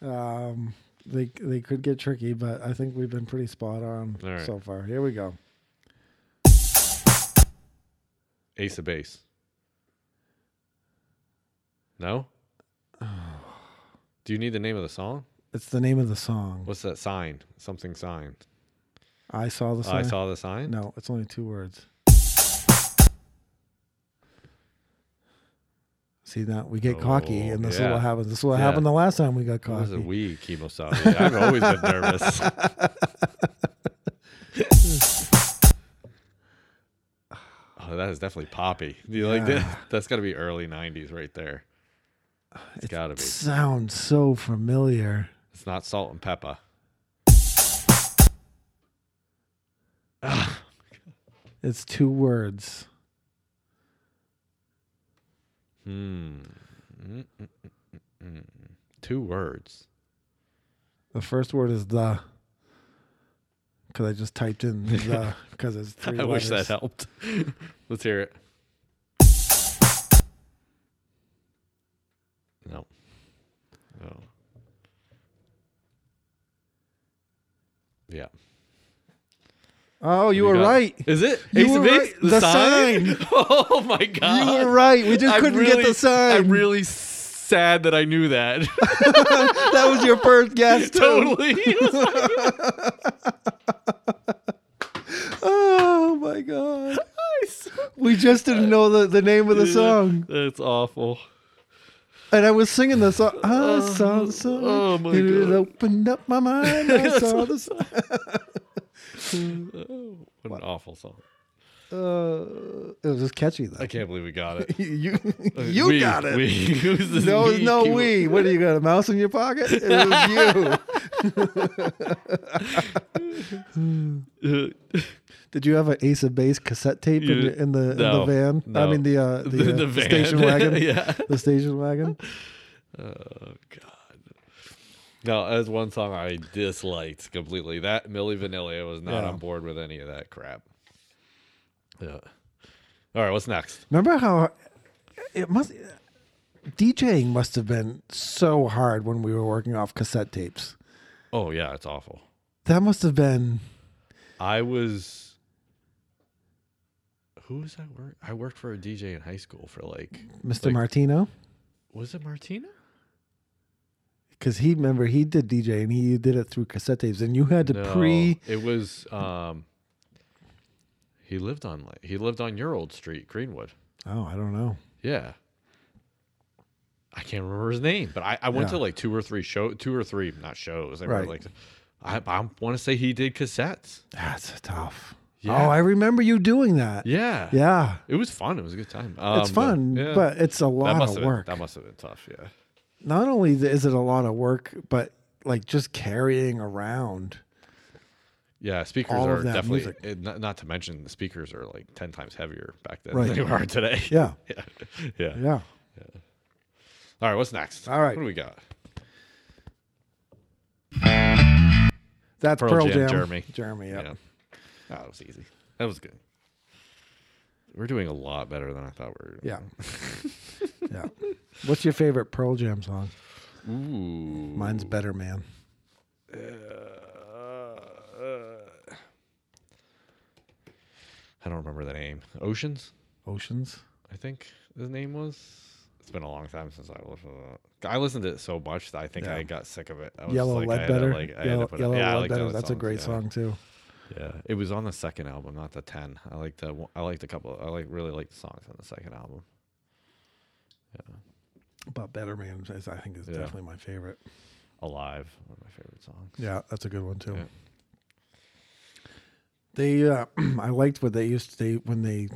Yeah.
Um, they they could get tricky, but I think we've been pretty spot on
All right.
so far. Here we go.
Ace of base. No? Do you need the name of the song?
It's the name of the song.
What's that sign? Something signed.
I saw the sign.
Oh, I saw the sign.
No, it's only two words. See now we get cocky,
Oh,
and this is
yeah.
what happens. This is what
Yeah.
happened the last time we got
It was
cocky.
a wee Kimosabe. I've always been nervous. oh, that is definitely poppy. Do you like that? That's got to be early 90s right there. It's got to be.
Sounds so familiar.
It's not salt and pepper.
It's two words.
Hmm. Mm-mm-mm-mm-mm. Two words.
The first word is the. Because I just typed in the. Because it's three
I wish that
letters.
helped. Let's hear it. No. No. Yeah.
Oh, you,
We
were
got-
right.
Is it?
You
Ace of
were
Base?
right. The
oh my
You
god.
were right. We just
I'm
couldn't
really-
get the sign.
I'm really sad that I knew that.
that was your first guess too.
totally.
Oh my god. We just didn't know the, the name of the song.
That's awful.
And I was singing the song. I saw the sun.
oh my
and It
God.
opened up my mind. I saw the sun.
What an awful song.
Uh, it was just catchy though.
I can't believe we got it.
You, you
We-
got it.
we- who's this
No,
we
no,
keep-
we. What do you got? A mouse in your pocket? It was you.
Uh,
Did you have an Ace of Base cassette tape in,
You-
your- in the
no,
in the van? I
no.
mean the uh, the,
the,
uh,
the van.
station wagon.
yeah.
The station wagon.
Oh God. No, as one song I disliked completely. That Millie Vanilli I was not
Yeah.
on board with any of that crap. Yeah. All right, what's next?
Remember how it must DJing must have been so hard when we were working off cassette tapes.
Oh yeah, it's awful.
That must have been
I was. Who was I work? I worked for a DJ in high school for like.
Mr.
Like-
Martino
Was it Martina?
because he remember he did DJ and he did it through cassette tapes and you had to pre
It was. Um. He lived on like he lived on your old street, Greenwood.
oh I don't know
Yeah. I can't remember his name, but I, I went to
Yeah.
like two or three show, two or three not shows. I remember
Right.
like I, I want to say he did cassettes.
that's tough.
Yeah.
Oh, I remember you doing that.
Yeah,
Yeah.
It was fun. It was a good time.
It's
Um,
fun,
yeah.
but it's a
that
lot
must
of
have been,
work.
that must have been tough. Yeah.
Not only is it a lot of work, but like just carrying around.
Yeah, speakers
All of
are
that
definitely
music.
it, not, not to mention the speakers are like 10 times heavier back then
Right.
than they are today.
Yeah.
yeah. Yeah.
Yeah.
All right, what's next?
All right.
What do we got?
That's
Pearl
Pearl,
Jam,
Jam,
Jeremy.
Jeremy, yeah.
Yeah. Oh, that was easy. That was good. We're doing a lot better than I thought we were.
Yeah. yeah. What's your favorite Pearl Jam song?
Ooh.
Mine's Better Man.
I don't remember the name. Oceans,
Oceans.
I think the name was. It's been a long time since I listened to that. I listened to it so much that I think
Yeah.
I got sick of it. I was
Yellow
like, I had to,
Ledbetter.
like, I had to
Yellow,
put it-
Yellow
yeah, I like
Ledbetter.
those
That's a
songs,
great
yeah.
song too.
Yeah, it was on the second album, not the ten. I liked the one- I liked a couple. I like really liked the songs on the second album.
But Better Man, is, I think, is
Yeah.
definitely my favorite.
Alive, one of my favorite songs.
Yeah, that's a good one too.
Yeah.
They, uh, I liked what they used to. They when they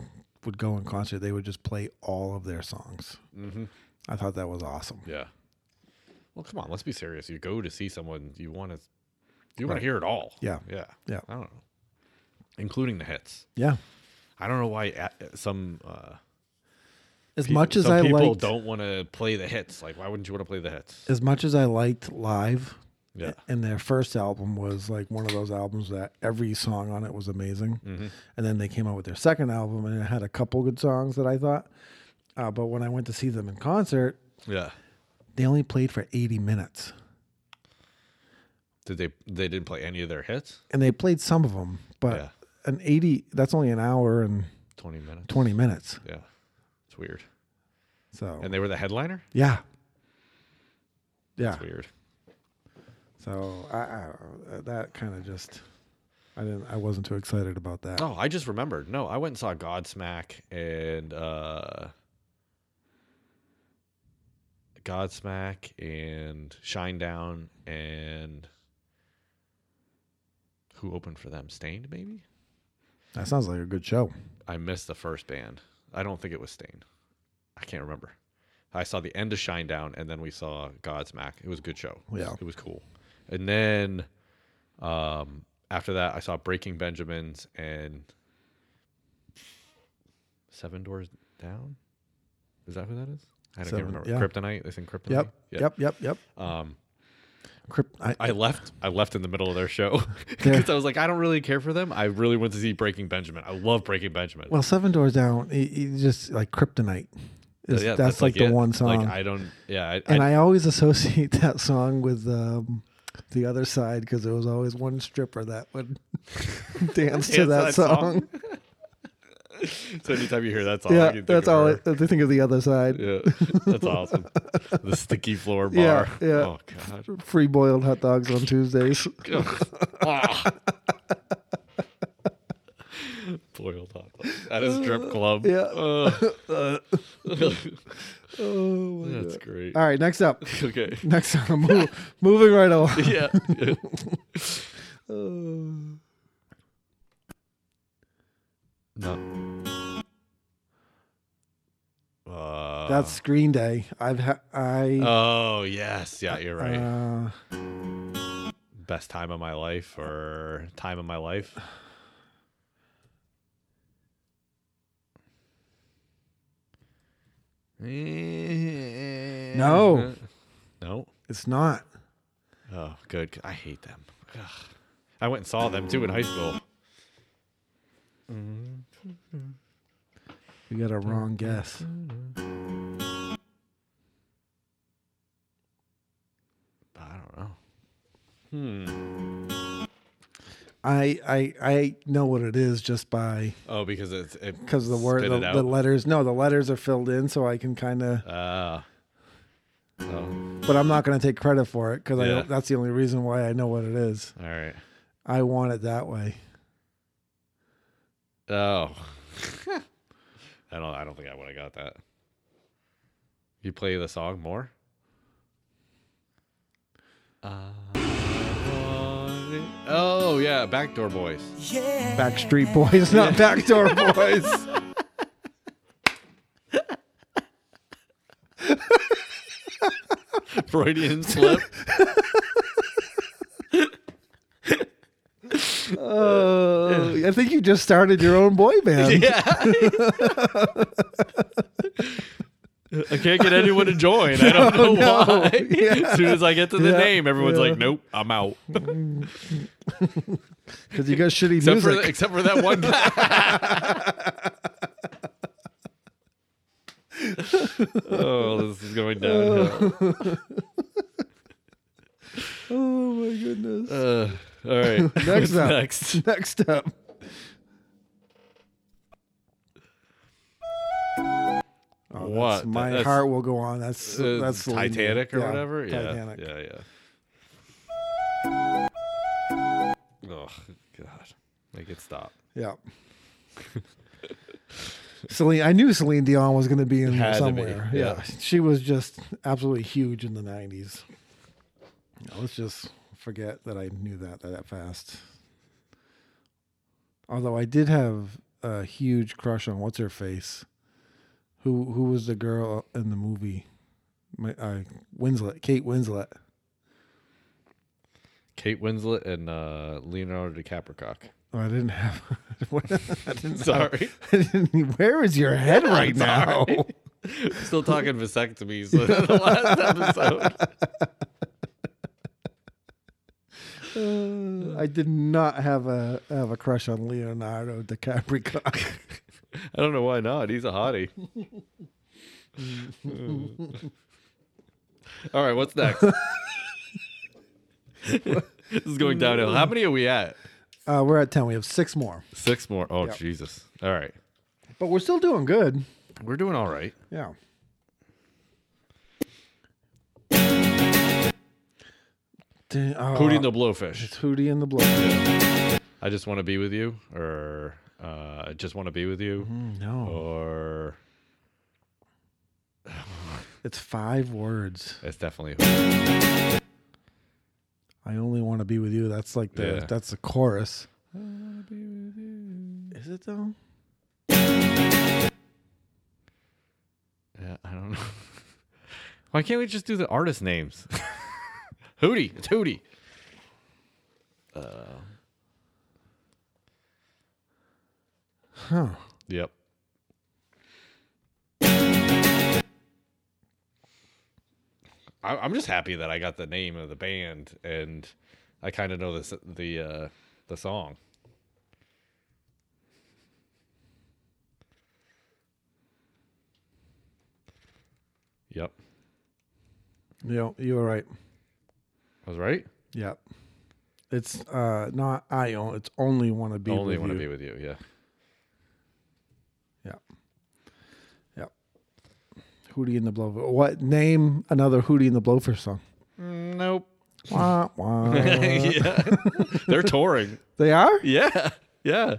would go in concert, they would just play all of their songs.
Mm-hmm.
I thought that was awesome.
Yeah. Well, come on, let's be serious. You go to see someone, you want to, you want
Right.
to hear it all.
Yeah.
Yeah.
Yeah.
I don't know, including the hits.
Yeah,
I don't know why a- some uh,
as
pe-
much as
some
I
people
liked,
don't want to play the hits. Like, why wouldn't you want to play the hits?
as much as I liked live.
Yeah.
And their first album was like one of those albums that every song on it was amazing.
Mm-hmm.
And then they came out with their second album and it had a couple good songs that I thought. Uh, but when I went to see them in concert,
Yeah.
they only played for 80 minutes.
Did they? They didn't play any of their hits.
and they played some of them, but
Yeah.
an 80 that's only an hour and
Twenty minutes.
20 minutes.
Yeah. It's weird.
So,
And they were the headliner.
yeah. Yeah.
It's weird.
So, I, I that kind of just I didn't I wasn't too excited about that.
Oh, I just remembered. No, I went and saw Godsmack and uh Godsmack and Shinedown and who opened for them? Stained, maybe?
That sounds like a good show.
I missed the first band. I don't think it was Stained. I can't remember. I saw the end of Shinedown and then we saw Godsmack. It was a good show. It was-
Yeah.
It was cool. And then um after that I saw Breaking Benjamins and Seven Doors Down. Is that who that is? I don't even
Seven-
remember.
yeah.
Kryptonite. They sing Kryptonite.
Yep.
Yeah.
Yep, yep, yep.
Um,
Crypt, I,
I left. I left in the middle of their show
They're-
because I was like, I don't really care for them. I really went to see Breaking Benjamin. I love Breaking Benjamin.
well, Seven Doors Down, it, it just like Kryptonite. Is,
Yeah,
that's, like, the
it.
one song.
Like I don't. Yeah. I,
and
I,
I, always associate that song with um, the other side because there was always one stripper that would dance to that,
Dance that
song.
song. Oh, so anytime you hear that song, you
yeah,
think
that's
of
all. I,
her.
I think of the other side.
Yeah, that's awesome. The sticky floor
Yeah,
bar.
yeah.
Oh god.
Free boiled hot dogs on Tuesdays.
Ah. Boiled hot dog at a strip club.
Yeah.
Ugh.
oh my
that's
God.
great.
All right, next up.
Okay.
Next up, mo- moving right along.
Yeah. yeah.
Uh,
No. Uh,
that's Screen Day. I've ha- I
Oh yes, yeah, you're right.
uh,
Best time of my life or time of my life.
No.
No.
it's not.
Oh, good. I hate them. Ugh. I went and saw them too in high school.
We got a wrong guess.
But I don't know. Hmm.
I I I know what it is just by
Oh, because it's it
because the word
spit
the,
it out.
the letters no the letters are filled in so i can kind of
Ah. oh,
but i'm not going to take credit for it because i
Yeah.
don't, that's the only reason why i know what it is
all right.
i want it that way
Oh. I don't I don't think I would have got that. You play the song more? Uh, oh yeah, Backdoor Boys.
backstreet boys not backdoor
Oh,
boys
Freudian slip.
oh i think you just started your own boy band
yeah. I can't get anyone to join. I don't know
No, no.
why.
Yeah.
As soon as I get to the
Yeah,
name, everyone's
yeah.
like, "Nope, I'm out."
because you got shitty
Except for,
music
except for that one guy. oh, this is going downhill.
Oh my goodness.
Uh, all right.
Next
What's
up.
Next.
Next up. Oh, that's-
What?
My
That's-
heart will go on. That's
Uh,
that's Celine Dion.
Titanic or
Yeah,
whatever. Yeah,
Titanic.
yeah, yeah. Oh God, make it stop.
Yeah. Celine, I knew Celine Dion was going to be in
Had to be,
somewhere.
yeah.
yeah. she was just absolutely huge in the '90s. Now, let's just forget that I knew that that fast. Although I did have a huge crush on what's her face, who who was the girl in the movie, my uh, Winslet, Kate Winslet.
Kate Winslet and uh, Leonardo DiCaprio.
Oh, I didn't have. I didn't have-
Sorry,
I didn't- where is your head right now?
still talking vasectomies in the last episode.
Uh, I did not have a have a crush on Leonardo DiCaprio.
I don't know why not. He's a hottie. All right, what's next? this is going downhill. How many are we at?
uh, we're at ten. We have six more,
Six more. Oh Jesus! All right,
but we're still doing good.
we're doing all right.
Yeah. Dang, oh,
Hootie and the Blowfish.
it's Hootie and the Blow.
I just want to be with you, or uh, I just want to be with you, Oh.
No,
or
it's five words.
it's definitely
I only want to be with you. That's like the
Yeah.
that's the chorus. Is it though?
yeah, I don't know. Why can't we just do the artist names? Hootie, it's Hootie.
Huh.
Yep. I, I'm just happy that I got the name of the band, and I kind of know this the uh, the song. Yep,
Yeah, you were right.
I was right.
Yep. It's uh not I own. It's only want to be
Only
with
want to
you.
be with you. Yeah.
Yep. Yep. Hootie and the Blowfish. What name another Hootie and the Blowfish song?
Nope.
Wah, wah.
yeah. They're touring.
they are?
Yeah, yeah.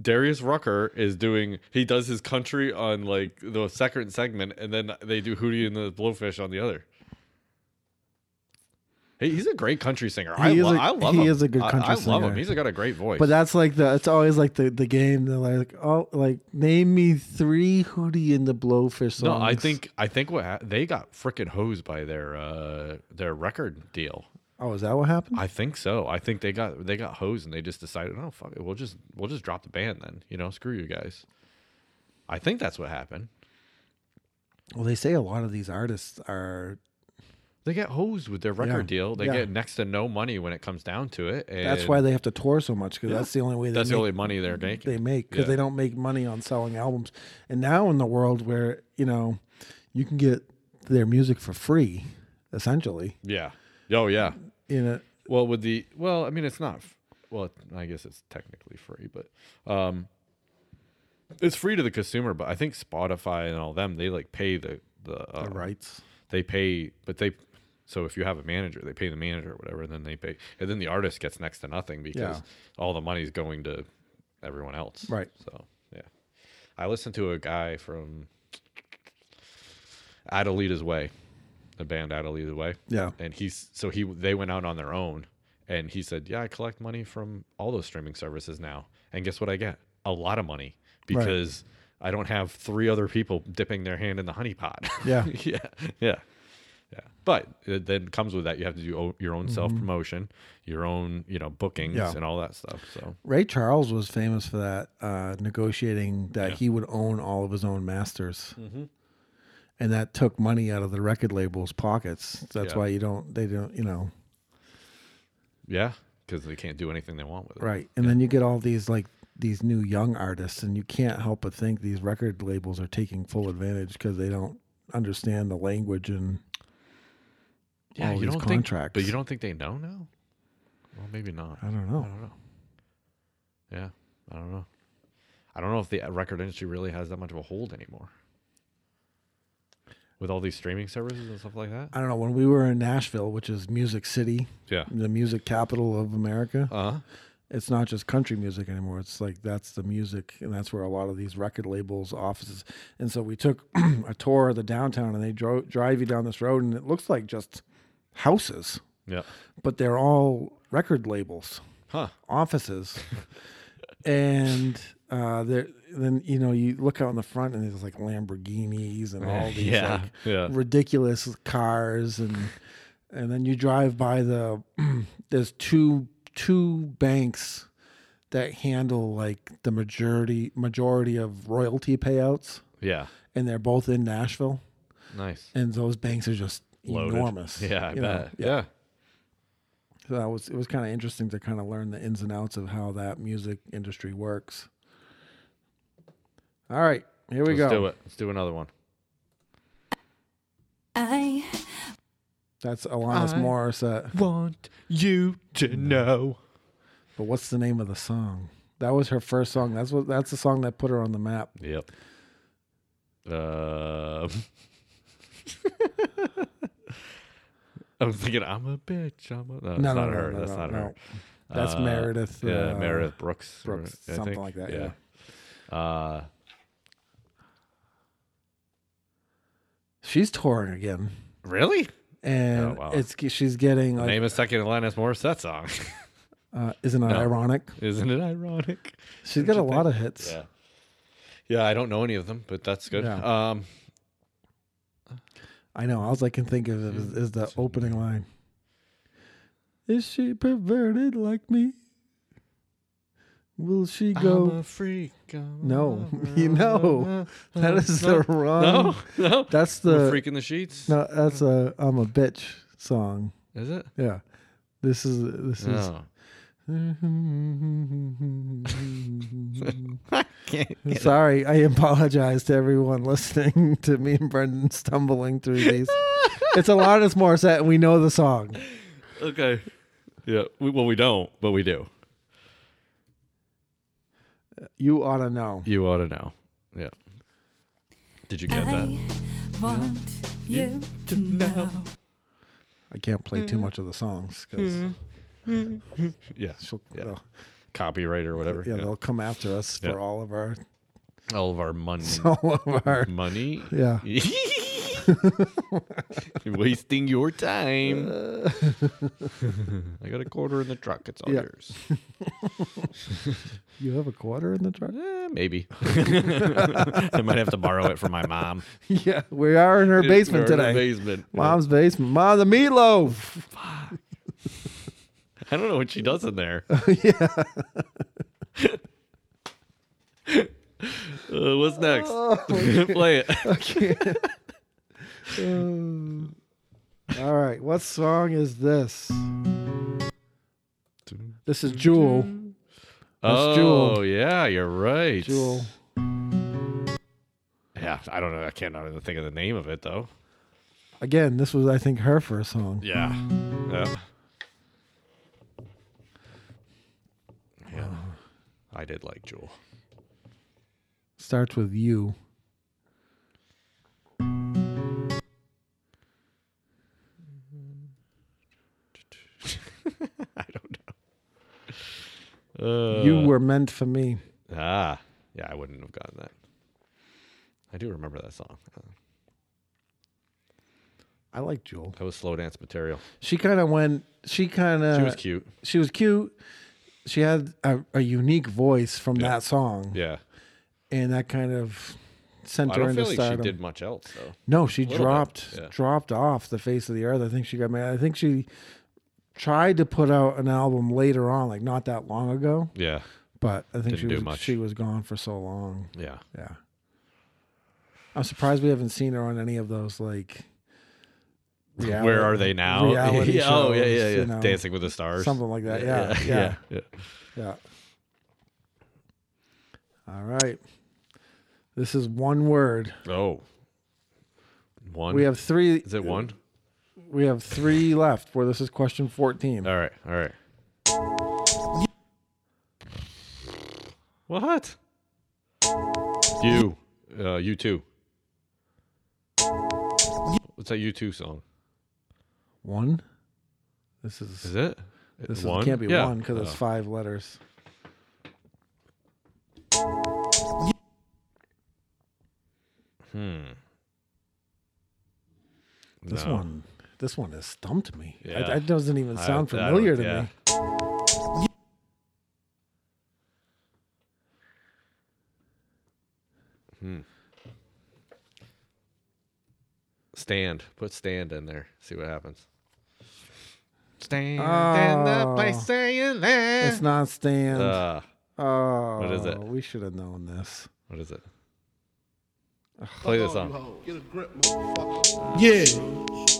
Darius Rucker is doing. He does his country on like the second segment, and then they do Hootie and the Blowfish on the other. Hey, he's a great country singer. I,
He is
lo-
a-
I love him.
he is a good
I- I,
country
love him.
singer.
He's got a great voice.
But that's like the it's always like the, the game. They're like, oh like name me three Hootie and the Blowfish songs.
no, I think I think what ha- they got freaking hosed by their uh their record deal.
Oh, is that what happened?
I think so. I think they got they got hosed and they just decided, oh fuck it, we'll just we'll just drop the band then. You know, screw you guys. I think that's what happened.
well they say a lot of these artists are
They get hosed with their record deal. They
yeah.
get next to no money when it comes down to it. And
that's why they have to tour so much because that's the only way they
that's the
make
only money they're making.
they make because
Yeah.
they don't make money on selling albums. And now in the world where you know you can get their music for free, essentially,
yeah. Oh yeah.
you know,
Well, with the well, I mean, it's not. f- Well, I guess it's technically free, but um, it's free to the consumer. But I think Spotify and all them, they like pay the the, uh,
the rights.
They pay, but they. So if you have a manager, they pay the manager or whatever, and then they pay, and then the artist gets next to nothing because
Yeah.
all the money's going to everyone else.
Right.
So yeah, I listened to a guy from Adelita's Way, the band Adelita's Way
Yeah,
and he's so he they went out on their own and he said yeah i collect money from all those streaming services now and guess what i get a lot of money because i don't have three other people dipping their hand in the honey pot
Yeah.
yeah yeah yeah but it then comes with that you have to do o- your own self-promotion your own you know bookings
Mm-hmm. Yeah.
and all that stuff so
Ray Charles was famous for that, uh, negotiating that he would own all of his own masters.
Mm-hmm.
And that took money out of the record labels' pockets. That's
Yeah.
why you don't, they don't, you know,
yeah because they can't do anything they want with it
right. And then you get all these like these new young artists, and you can't help but think these record labels are taking full advantage because they don't understand the language and all these contracts.
Think, but you don't think they know now? Well, maybe not.
I don't know.
I don't know. Yeah, I don't know. I don't know if the record industry really has that much of a hold anymore. With all these streaming services and stuff like that.
I don't know. When we were in Nashville, which is Music City,
Yeah.
the music capital of America,
Uh huh.
it's not just country music anymore. It's like that's the music, and that's where a lot of these record labels' offices. And so we took a tour of the downtown, and they drove drive you down this road, and it looks like just houses,
Yeah.
but they're all record labels
Huh.
offices, and uh, there. Then you know you look out in the front, and there's like Lamborghinis and all these
yeah.
like
yeah.
ridiculous cars and and then you drive by the there's two two banks that handle like the majority majority of royalty payouts
Yeah.
and they're both in Nashville
Nice.
and those banks are just
Loaded.
enormous
Yeah, I
you know?
bet. Yeah.
so that was it was kind of interesting to kind of learn the ins and outs of how that music industry works all right here we
Let's
go
do it. Let's do another one.
I
that's Alanis
I-
Morissette
Want you to know.
But what's the name of the song? That was her first song. That's what. That's the song that put her on the map.
Yep. Uh, I'm thinking I'm a bitch. I'm a, no, that's
No, no,
not
no,
her.
no,
that's
no,
not her.
no. That's
Uh,
Meredith.
Yeah,
uh,
Meredith Brooks. or-
Brooks,
I
something
think.
like that,
yeah. Uh,
She's touring again,
really?
and
Oh, wow.
it's she's getting like.
Name a second Alanis Morissette song.
uh, isn't that
No.
ironic?
Isn't it ironic?
She's got a lot of hits.
Yeah. Yeah, I don't know any of them, but that's good.
Yeah.
Um,
I know. All I can think of is, is the opening line. Is she perverted like me? Will she go?
I'm a freak. I'm a
No,
lover,
you
I'm a-
know, that is the wrong.
no, no.
That's
I'm
the
a freak in the sheets.
no. That's a I'm a bitch song.
Is it?
Yeah. This is this is
No.
Oh. Sorry, I apologize to everyone listening to me and Brendan stumbling through these. it's Alanis Morissette, and we know the song.
Okay. Yeah. We, well, we don't, but we do.
You ought to know.
You ought to know. Yeah. Did you get that?
I want you to know.
I can't play too much of the songs because
Yeah. Copyright or whatever.
yeah, they'll come after us
Yeah.
for all of our
All of our money.
all of our
money.
yeah.
Wasting your time. I got a quarter in the truck. It's all
Yeah.
yours.
You have a quarter in the truck?
Eh, maybe. I might have to borrow it from my mom.
Yeah, we are in her basement
Or the
today.
Basement.
Mom's basement. Mom, the meatloaf.
I don't know what she does in there.
yeah.
Uh, what's next?
Oh.
Play it.
Um, all right, what song is this? This is Jewel. That's Jewel.
oh, yeah, you're right.
Jewel.
Yeah, I don't know. I can't even think of the name of it though.
Again, this was I think her first song.
Yeah. Yeah. Yeah. I did like Jewel.
Starts with you.
I don't know. Uh,
you were meant for me.
ah yeah. I wouldn't have gotten that. I do remember that song.
I like Jewel.
That was slow dance material.
She kind of went. She kind of.
She was cute.
She was cute. She had a, a unique voice from that song,
Yeah.
and that kind of sent
I
her
don't
into
feel like
stardom.
she did much else though.
No, she
little bit,
dropped
yeah.
dropped off the face of the earth. I think she got mad. I think she tried to put out an album later on, like not that long ago.
Yeah.
But I think
Didn't
she
do
was
much.
she was gone for so long.
Yeah.
Yeah. I'm surprised we haven't seen her on any of those like reality-
Where are they now?
Reality
Yeah, oh yeah,
shows,
yeah, yeah.
you know,
Dancing with the Stars.
Something like that. Yeah. Yeah.
yeah.
Yeah. All right. This is one word.
Oh. One.
We have three.
Is it one?
We have three left. Where this is question fourteen.
All right. All right. What? You. Uh, you too. What's that U two song?
One. This
Is
is
it?
this is,
one?
can't be
Yeah.
one because it's
Oh.
five letters. This
Oh, No.
one. This one has stumped me. It-
Yeah.
It doesn't even
I-
sound
I don't-
familiar to
yeah.
me.
Hmm. Stand. Put stand in there. See what happens. Stand in the place saying that.
Oh. It's not stand.
Uh,
oh,
is it?
We should have known this.
what is it? Play this song.
Get a grip, motherfucker.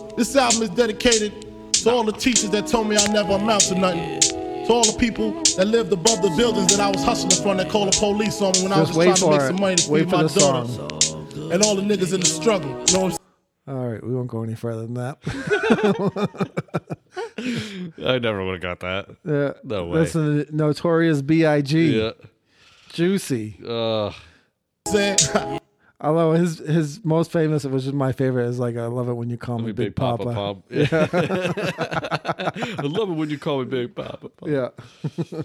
Yeah. This album is dedicated to all the teachers that told me I never amount to nothing. To all the people that lived above the buildings that I was hustling from that called the police on me when
Just
I was
wait
just trying to
for
make some money
it.
to
Wait
feed
for
my
the
daughter.
song.
And all the niggas in the struggle. You know what I'm saying?
All right, we won't go any further than that.
I never would have got that.
Uh,
No way.
That's a notorious B.I.G.
Yeah.
Juicy.
Uh,
saying?
Although his his most famous, which is my favorite, is like I love it when you call me Big,
Big
Papa.
Papa Pop. I love it when you call me Big Papa Pop.
Yeah.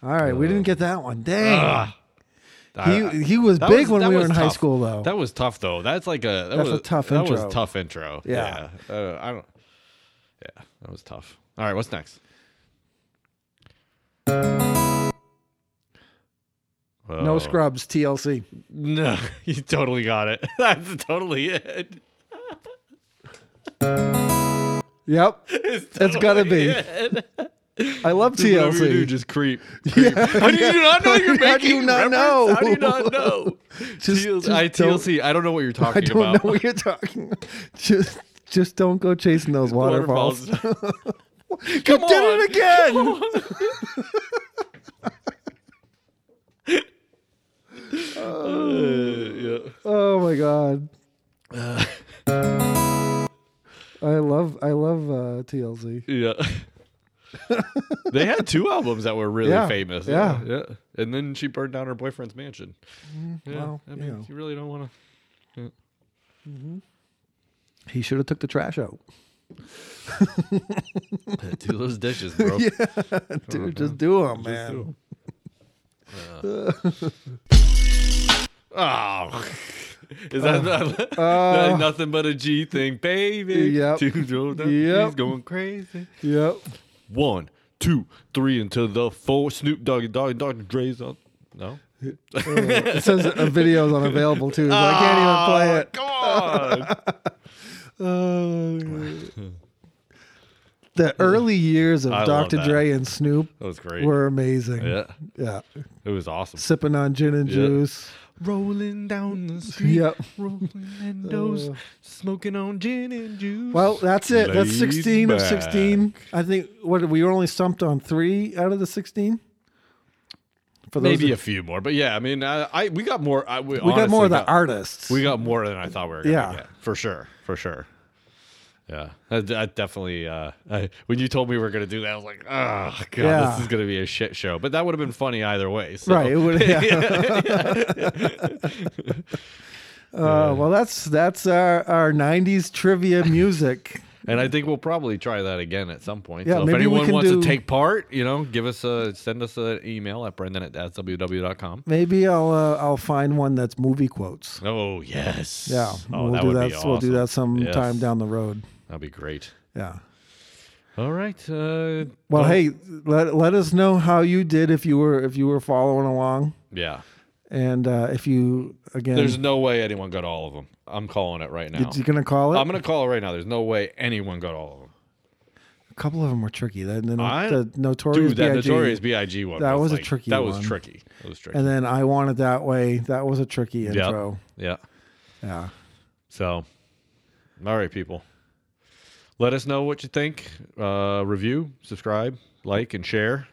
All right, we didn't get that one. Dang.
Uh, I-
he he was
That
big
was-
when
that
we were
was
in high
tough.
school, though.
That was tough though. That's like a that
That's
was
a tough
that
intro.
was tough intro.
Yeah.
Yeah. Uh, I don't. Yeah, that was tough. All right, what's next?
no
Oh.
scrubs. TLC.
No, you totally got it. That's totally it.
Yep. It's gotta be.
it.
I love
Whatever you do,
TLC.
just creep. creep. How do you not know you're making?
How do you not
reference?
know?
How do you not know?
Just-
TLC,
just
I,
don't-
TLC I don't know what you're
I
talking
don't
about.
know what you're talking. Just just don't go chasing those waterfalls.
Come
You did it again.
Uh, yeah.
Oh my god. I love I love uh, TLC.
Yeah. they had two albums that were really
Yeah,
famous.
yeah.
yeah. And then she burned down her boyfriend's mansion. Yeah.
well,
I
you
mean,
know.
you really don't want to.
He should have took the trash out.
Do those dishes, bro.
Dude, just do them, man.
Oh. Is that not,
uh,
nothing but a G thing, baby?
Yep.
Two, throw down,
Yep.
He's going crazy.
Yep.
One, two, three, until the four. Snoop Dogg, Dogg, Dr. Dre's on. No.
It says a video is unavailable too, so I
Ah,
can't even play it.
Oh, Come on. Oh,
The early years of
I love
Dr.
that.
Dre and Snoop
that was great.
were amazing.
yeah.
Yeah.
It was awesome.
Sipping on gin and
Yeah.
juice.
Rolling down the street.
Yep.
Rolling windows. smoking on gin and juice.
Uh. Well, that's it. That's
Laid
16 of
back.
16. I think what we were only stumped on 3 out of the 16. For those
maybe
that-
a few more, but yeah, I mean, I, I we got more. I, we
we got more of the
honestly got-
artists.
We got more than I thought we were. Gonna
Yeah.
get, for sure, for sure. Yeah, I, I definitely. Uh, I, when you told me we were gonna do that, I was like, oh god,
Yeah.
this is gonna be a shit show. But that would have been funny either way. So.
Right. It would, yeah. uh, well, that's that's our, our 90s trivia music.
And I think we'll probably try that again at some point.
Yeah,
so if
maybe we
anyone
can
wants
do-
to take part, you know, give us a send us an email at brendan at sw.com.
Maybe I'll uh, I'll find one that's movie quotes.
Oh yes.
Yeah,
Oh,
we'll
that
do
would
that.
be
We'll do that
awesome. Yes.
sometime down the road.
That'd be great.
Yeah.
All right. Uh,
Well,
don't-
hey, let let us know how you did if you were if you were following along,
Yeah.
and uh, if you again,
There's no way anyone got all of them. I'm calling it right now.
you gonna call it.
I'm gonna call it right now. There's no way anyone got all of them.
a couple of them were tricky. The, the,
I-
the notorious,
Dude, that
B.I.G.,
notorious Big one.
That was a
like-
tricky
That was
one.
tricky. That was tricky.
and then I want it that way. That was a tricky
yeah.
intro.
Yeah.
Yeah.
So, all right, people. Let us know what you think. Uh, review, subscribe, like, and share.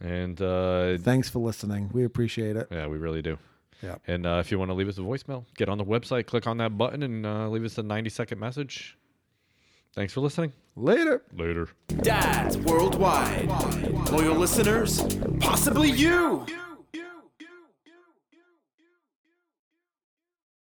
And uh,
Thanks for listening. We appreciate it.
yeah, we really do.
Yeah.
And uh, if you want to leave us a voicemail, get on the website, click on that button, and uh, leave us a 90 second message. Thanks for listening.
Later.
Later.
dads worldwide. Loyal listeners, possibly you.